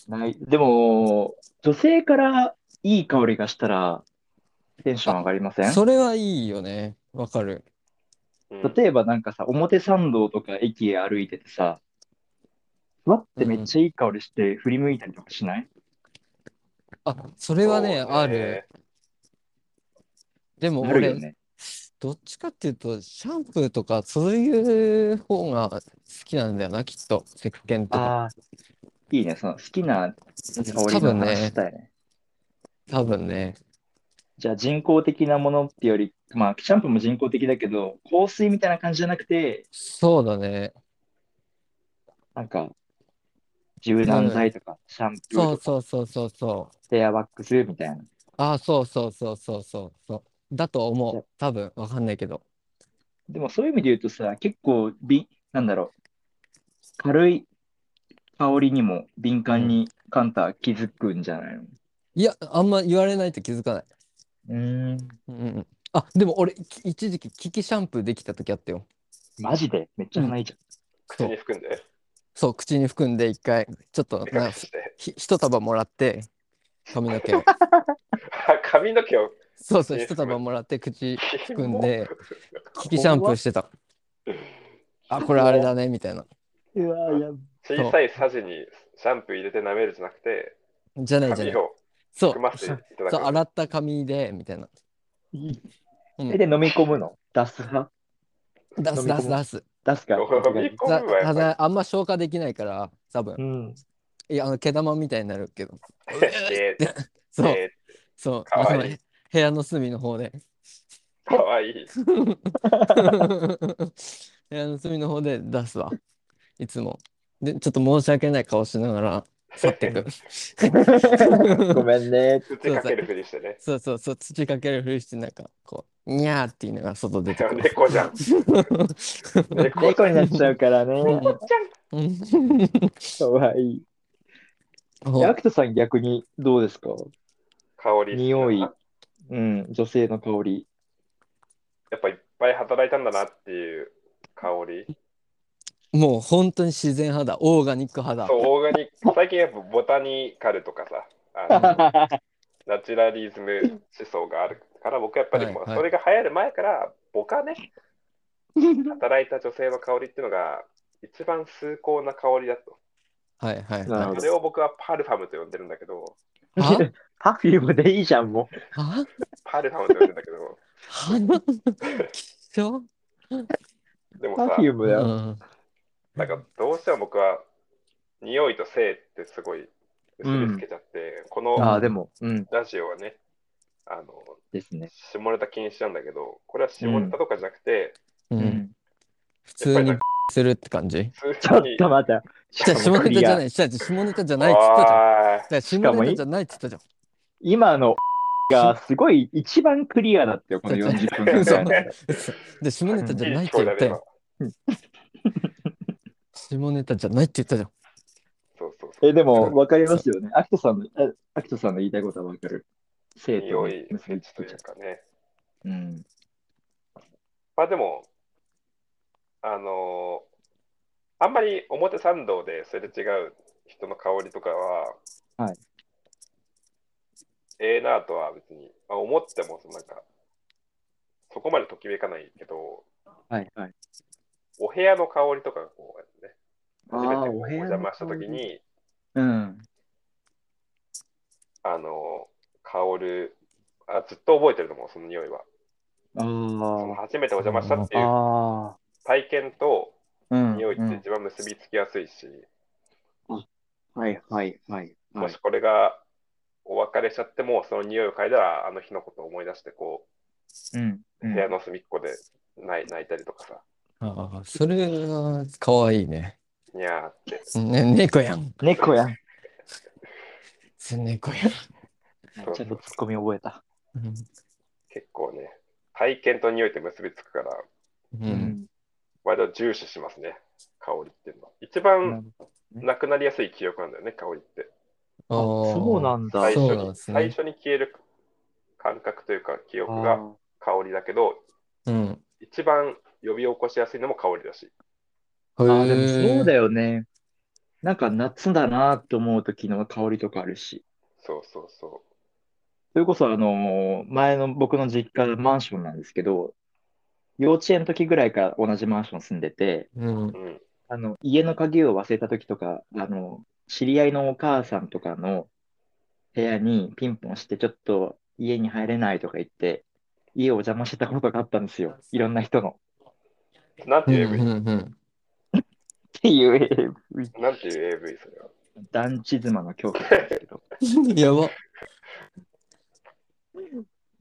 Speaker 1: とない。でも、女性からいい香りがしたらテンション上がりません
Speaker 3: それはいいよね。わかる。
Speaker 2: うん
Speaker 1: 例えばなんかさ、表参道とか駅へ歩いててさ、ふわってめっちゃいい香りして振り向いたりとかしない、
Speaker 3: あ、それはね、
Speaker 2: そう
Speaker 3: ある。でも
Speaker 1: あるよ
Speaker 3: 俺、
Speaker 1: ね。
Speaker 3: どっちかっていうと、シャンプーとか、そういう方が好きなんだよな、きっと。石鹸とか。
Speaker 1: ああ、いいね。その好きな香
Speaker 3: 多
Speaker 1: りの
Speaker 3: 分
Speaker 1: 話し
Speaker 3: ね、
Speaker 1: たいね。
Speaker 3: 多分ね。
Speaker 1: じゃあ人工的なものってより、まあ、シャンプーも人工的だけど、香水みたいな感じじゃなくて、
Speaker 3: そうだね。
Speaker 1: なんか、柔軟剤とか、シャンプー
Speaker 3: そ
Speaker 1: と
Speaker 3: う
Speaker 1: か、
Speaker 3: そうそうそうそう。
Speaker 1: ヘアワックスみたいな。
Speaker 3: ああ、そうそうそうそうそうそう。だと思
Speaker 1: じゃあ
Speaker 3: う。多分わかんないけど。
Speaker 1: でもそういう意味で言うとさ、結構び、なんだろう、軽い香りにも敏感にカンタ気づくんじゃないの
Speaker 3: いや、あんま言われないと気づかない。
Speaker 1: うん。
Speaker 3: うんうん。あ、でも俺、き一時期、利きシャンプーできた時あったよ。
Speaker 1: マジでめっちゃ鼻いじ
Speaker 2: 口に含んで、
Speaker 3: そう、口に含んで一回、ちょっと
Speaker 2: 目
Speaker 3: な
Speaker 2: 隠、して。
Speaker 3: ひ一束もらって、髪の 毛を。
Speaker 2: 髪の毛を
Speaker 3: そうそう、
Speaker 2: 口に
Speaker 3: 一
Speaker 2: 含む
Speaker 3: 束もらって口含んで、利きシャンプーしてた。あ、これあれだね、みたいな。
Speaker 1: ゃん。うわや
Speaker 2: 小さいサジにシャンプー入れて舐めるじゃなくて、
Speaker 3: じゃないじゃ
Speaker 2: 髪
Speaker 3: ない。
Speaker 2: を
Speaker 3: そう、
Speaker 2: 含ませていただ
Speaker 3: そう、
Speaker 2: く。
Speaker 3: 洗った髪で、みたいな。うん
Speaker 1: え、で、飲み込むの出す派
Speaker 3: 出す出す出す。
Speaker 1: 出すか
Speaker 2: 飲み込むわや
Speaker 3: だ
Speaker 2: っぱ
Speaker 3: だあんま消化できないから、多分。
Speaker 1: うん。
Speaker 3: いや、あの毛玉みたいになるけど。
Speaker 2: り。で
Speaker 3: そう、
Speaker 2: で
Speaker 3: そう、
Speaker 2: かわいい
Speaker 3: あそのへ部屋の隅の方で。
Speaker 2: かわいい。
Speaker 3: 部屋の隅の方で出すわ。いつも。で、ちょっと申し訳ない顔しながら去っていく。
Speaker 1: ごめんね。
Speaker 2: 土かけるふりしてね。
Speaker 3: そうそうそう、土かけるふりして、なんかこう、にゃーって言いながら外出てくる。
Speaker 2: 猫じゃん。猫じ
Speaker 1: 猫
Speaker 2: ゃん。
Speaker 1: になっちゃうからね。
Speaker 3: うん
Speaker 1: かわいい。えアクトさん逆にどうですか
Speaker 2: 香り。
Speaker 1: 匂い
Speaker 2: や、
Speaker 1: うん、女性の香り。
Speaker 2: っぱいっぱい働いたんだなっていう香り。
Speaker 3: もう本当に自然肌、オーガニック肌。
Speaker 2: そう、オーガニック。最近やっぱボタニカルとかさ、あのナチュラリズム思想があるから、僕はやっぱりもう
Speaker 3: はいはい
Speaker 2: それが流行る前から、僕はね、働いた女性の香りっていうのが一番崇高な香りだと。
Speaker 3: はいはい
Speaker 1: なる
Speaker 3: は
Speaker 1: ほ
Speaker 3: い
Speaker 1: ど
Speaker 2: それを僕はパルファムと呼んでるんだけど、
Speaker 3: は
Speaker 1: パフュームでいいじゃん、もう。
Speaker 3: は
Speaker 2: パルファムと呼んでるんだけど、
Speaker 3: 鼻貴重
Speaker 2: でも
Speaker 1: パ
Speaker 2: さ
Speaker 1: フ、ュームだ
Speaker 3: う
Speaker 1: よ。
Speaker 3: ん
Speaker 2: なんかどうしても僕は匂いと性ってすごい結びつけちゃって、こ
Speaker 1: あ
Speaker 2: の
Speaker 1: あ、でも、うん、
Speaker 2: ラジオはね、あの、
Speaker 1: ですね。
Speaker 2: 下ネタ禁止なんだけど、これは下ネタとかじゃなくて、
Speaker 3: う、
Speaker 1: うんん。
Speaker 3: 普通に するって感じ。
Speaker 2: 普
Speaker 1: ちょ
Speaker 2: 通
Speaker 1: っ
Speaker 2: に。
Speaker 1: と待って。。
Speaker 3: じゃあ下ネタじゃないい、じゃあ下ネタじゃないっつったじゃん。
Speaker 2: おい
Speaker 3: じゃあ下ネタじゃないっつったじゃん。
Speaker 1: 今のがすごい一番クリアだってよ、この40分
Speaker 3: 嘘
Speaker 1: 間。
Speaker 3: 嘘 で下ネタじゃない
Speaker 2: い
Speaker 3: っ
Speaker 2: い聞
Speaker 3: て
Speaker 2: こえ
Speaker 3: 言った
Speaker 2: ね今
Speaker 3: よ。下ネタじゃないって言ったじゃん。
Speaker 2: そうそうそう。
Speaker 1: え、でも、わかりますよね。アキトさんの、えアキトさんの言いたいことはわかる。生徒
Speaker 2: 匂
Speaker 1: を
Speaker 2: い、
Speaker 1: 結びつ
Speaker 2: と
Speaker 1: け
Speaker 2: い
Speaker 1: ちゃ
Speaker 2: うかね。
Speaker 1: う。うん。
Speaker 2: まあでも、あのーあんまり表参道ですれ違う人の香りとかは、
Speaker 1: はい
Speaker 2: ええなとは別に、まあ、思ってもそのなんか、そこまでときめかないけど、
Speaker 1: はいはい。
Speaker 2: お部屋の香りとかがこう、ね、
Speaker 1: あ
Speaker 2: 初めて
Speaker 1: あ、
Speaker 2: こ
Speaker 1: お
Speaker 2: うお
Speaker 1: 部屋
Speaker 2: 邪
Speaker 1: の
Speaker 2: 魔したときに、
Speaker 1: うん。
Speaker 2: あのー香る、あ、ずっと覚えてると思う、その匂いは。
Speaker 1: あ
Speaker 2: その
Speaker 1: ー
Speaker 2: 初めてお邪魔したっていう
Speaker 1: あ
Speaker 2: 体験と
Speaker 1: ー。うん。
Speaker 2: 匂いって
Speaker 1: うん
Speaker 2: 一番結びつきやすいし、
Speaker 1: はいはいはい。は
Speaker 2: も
Speaker 1: い
Speaker 2: しこれがお別れしちゃっても、その匂いを嗅いだら、あの日のことを思い出して、こ
Speaker 1: うん。う
Speaker 2: う、
Speaker 1: ん
Speaker 2: 部屋の隅っこで泣い泣いたりとかさ、
Speaker 3: ああ、それはかわいいね。
Speaker 2: にゃーって。
Speaker 3: ね、猫やん。
Speaker 1: 猫やん。
Speaker 3: 猫やん。
Speaker 1: ちゃんとツッコミ覚えた。
Speaker 2: 結構ね、体験と匂いって結びつくから、
Speaker 3: う。。
Speaker 1: うん
Speaker 2: 割と重視しますね、香りっていうのは。一番
Speaker 1: あ
Speaker 2: なくなりやすい記憶なんだよね、香りって。
Speaker 3: ああ、
Speaker 1: そうなんだ。
Speaker 2: 最初
Speaker 3: そう
Speaker 2: に、
Speaker 3: なんですね
Speaker 2: 最初に消える感覚というか、記憶
Speaker 1: あ
Speaker 2: が
Speaker 1: ー
Speaker 2: 香りだけど、
Speaker 3: うん。
Speaker 2: 一番呼び起こしやすいのも香りだし。
Speaker 3: あ
Speaker 1: あー、でもそうだ
Speaker 3: よ。
Speaker 1: よね。なんか夏だなと思う時の香りとかあるし。
Speaker 2: そうそうそ
Speaker 1: それこそ、あのー前の僕の実家のマンションなんですけど、幼稚園の時ぐらいから同じマンション住んでて、
Speaker 3: うん
Speaker 2: う。。うん。
Speaker 1: あの、家の鍵を忘れた時とか、あの、知り合いのお母さんとかの部屋にピンポンして、ちょっと家に入れないとか言って、家を邪魔してたことがあったんですよ。いろんな人の。
Speaker 2: なんて
Speaker 3: う
Speaker 2: い
Speaker 3: ん
Speaker 2: う AV、
Speaker 3: うん
Speaker 1: っていう、
Speaker 2: なんていう AV それは。
Speaker 1: 団地妻の恐怖なんですけど。
Speaker 3: うん。 やば。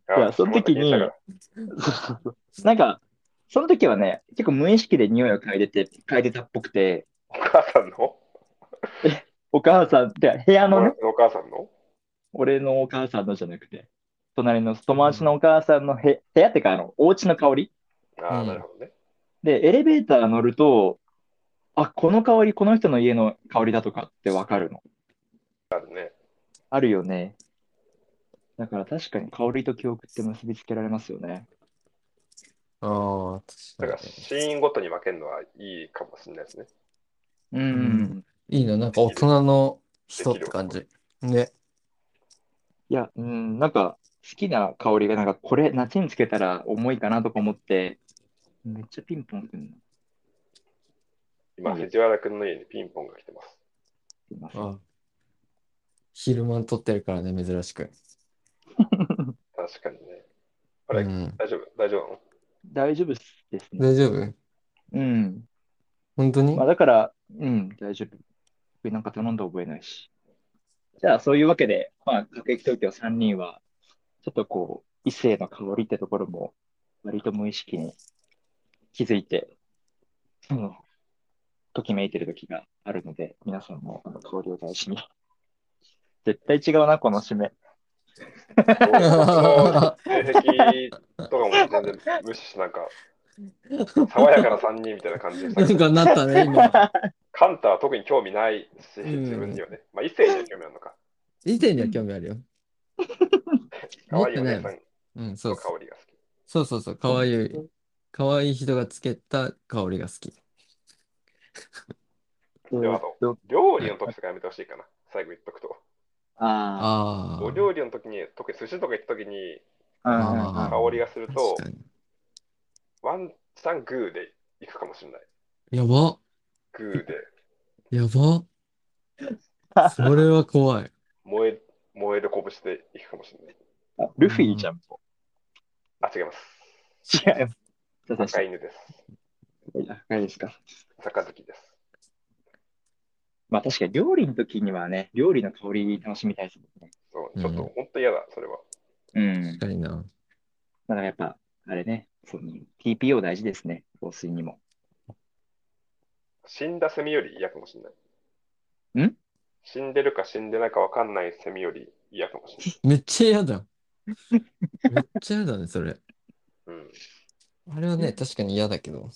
Speaker 2: あ
Speaker 1: いやその時に
Speaker 2: 下ネタが
Speaker 1: なんか、その時はね、結構無意識で匂いを嗅いでて、嗅いでたっぽくて、
Speaker 2: お母さんの
Speaker 1: お母さんって部屋のね、
Speaker 2: お母さんの
Speaker 1: 俺のお母さんのじゃなくて、隣の友達のお母さんのへ部屋ってか、あの、お家の香り。
Speaker 2: ああ、
Speaker 3: うん
Speaker 2: なるほどね。
Speaker 1: で、エレベーター乗ると、あ、この香り、この人の家の香りだとかってわかるの。
Speaker 2: あるね。
Speaker 1: あるよね。だから確かに香りと記憶って結びつけられますよね。
Speaker 3: ああ、
Speaker 2: だ
Speaker 3: 確
Speaker 2: から
Speaker 3: か
Speaker 2: シーンごとに分けるのはいいかもしれないですね。
Speaker 1: うん
Speaker 3: ん。に。いいな、なんか大人の人って感じ。ね。
Speaker 1: いや、うん、なんか好きな香りが、なんかこれ夏につけたら重いかなとか思って、めっちゃピンポンくん
Speaker 2: 今、
Speaker 1: うん
Speaker 2: 藤原君の家にピンポンが来てます。
Speaker 1: ます。
Speaker 3: あ昼間撮ってるからね、珍しく。
Speaker 2: 確かにね。あ
Speaker 3: う
Speaker 2: れ、
Speaker 3: ん。
Speaker 2: 大丈夫大丈夫なの
Speaker 1: 大丈夫ですね。
Speaker 3: 大丈夫
Speaker 1: うん。
Speaker 3: 本当に
Speaker 1: まあ、だから、うん、大丈夫。なんか頼んだ覚えないし。じゃあ、そういうわけで、まあ、各駅東京3人は、ちょっとこう、異性の香りってところも、割と無意識に気づいて、うん、ときめいてる時があるので、皆さんもあの香りを大事に。 絶対違うな、この締め。
Speaker 2: その成績とかも全然無視して、なんか、爽やかな3人みたいな感じでした
Speaker 3: な
Speaker 2: け
Speaker 3: ん
Speaker 2: ど、
Speaker 3: かなったね、 今。
Speaker 2: カンタは特に興味ないし、
Speaker 3: ん
Speaker 2: 自分にはね、まあ、異性には興味あるのか、
Speaker 3: 以前には興味あるよ。
Speaker 2: 可愛いお姉
Speaker 3: 持
Speaker 2: さ
Speaker 3: っ
Speaker 2: ん
Speaker 3: うん、そう
Speaker 2: の
Speaker 3: そう
Speaker 2: 香りが好き。
Speaker 3: そうそうそう、かわいい、かわいい人がつけた香りが好き。
Speaker 2: ではあと、料理の時とかやめてほしいかな、最後言っとくと。
Speaker 1: あ
Speaker 3: あ
Speaker 2: お料理の時に、特に寿司とか行った時に、
Speaker 1: あ、うんうん
Speaker 3: あー
Speaker 2: 香りがする
Speaker 3: あ、
Speaker 2: と
Speaker 3: 確、かに。
Speaker 2: ワンチャングーで行くかもしれない。
Speaker 3: やば、
Speaker 2: グー で
Speaker 3: やば。それは怖い。
Speaker 2: 燃え燃える拳で行くかもしれない。
Speaker 1: あルフィじゃん、も
Speaker 2: あ、違います。
Speaker 1: う。違う。ちょっと
Speaker 2: 赤犬です。
Speaker 1: 高いですか。
Speaker 2: 杯です。
Speaker 1: まあ確かに料理の時にはね、料理の香り楽しみたいですもんね。
Speaker 2: そうちょっと本当嫌だ、それは。
Speaker 1: うん
Speaker 3: 確。かにな。
Speaker 1: だからやっぱ、あれね、その TPO 大事ですね、香水にも。
Speaker 2: 死んだセミより嫌かもしれない。
Speaker 1: ん
Speaker 2: 死んでるか死んでないか分かんないセミより嫌かもし
Speaker 3: めっちゃ嫌だ。めっちゃ嫌だね、それ。
Speaker 2: れない。うん。
Speaker 3: あれはね、確かに嫌だけど。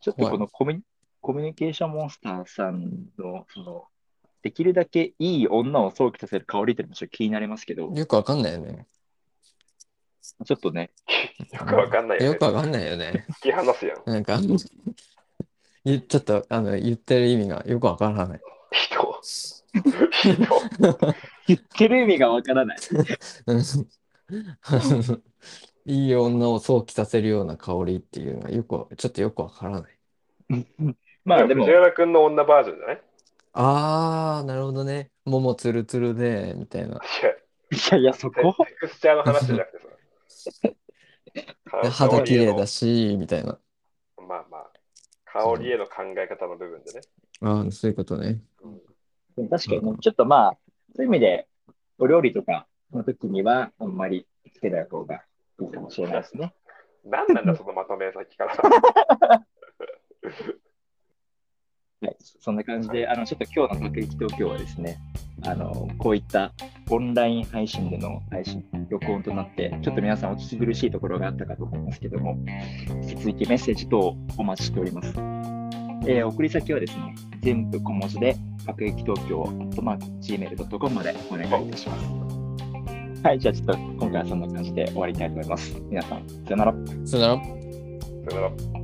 Speaker 1: ちょっとこのコミュニコミュニケーションモンスターさんの、その、できるだけいい女を想起させる香りっていうのもちょっと気になりますけど、
Speaker 3: よくわかんないよね。
Speaker 1: ちょっとね、
Speaker 2: よく分かんないよ、ね。
Speaker 3: よくわかんないよね。
Speaker 2: 突き放すやん。
Speaker 3: なんか、 言ちょっとあの言ってる意味がよくわからない。
Speaker 2: 人。人。
Speaker 1: 言ってる意味がわからない。
Speaker 3: うん いい女を想起させるような香りっていうのがよくちょっとよくわからない。
Speaker 1: まあで も
Speaker 2: 藤、原君の女バージョンじゃない
Speaker 3: あー、なるほどね。ももつるつるで、みたいな。
Speaker 2: いや
Speaker 1: いやいや、そこ
Speaker 2: テクスチャーの話じゃなくて
Speaker 3: で
Speaker 2: さ。
Speaker 3: 肌綺
Speaker 2: 香り
Speaker 3: 麗
Speaker 2: への
Speaker 3: だし、みたいな。
Speaker 2: まあまあ、香りへの考え方の部分でね。
Speaker 3: あー、そういうことね。
Speaker 1: でも確かにね、ちょっとまあ、そういう意味で、お料理とかの時には、あんまりつけない方がいいかもしれないですね。
Speaker 2: 何なん だ、そのまとめ先から。
Speaker 1: はい、そんな感じで、あのちょっと今日の各駅東京はですね、あのこういったオンライン配信での配信、録音となって、ちょっと皆さんお聞き苦しいところがあったかと思いますけども、引き続きメッセージ等お待ちしております。えー送り先はですね、全部小文字で、各駅東京、マーク gmail.com までお願いいたします。はい、じゃあちょっと今回はそんな感じで終わりたいと思います。皆さん、さよなら。
Speaker 3: それなら
Speaker 2: さよなら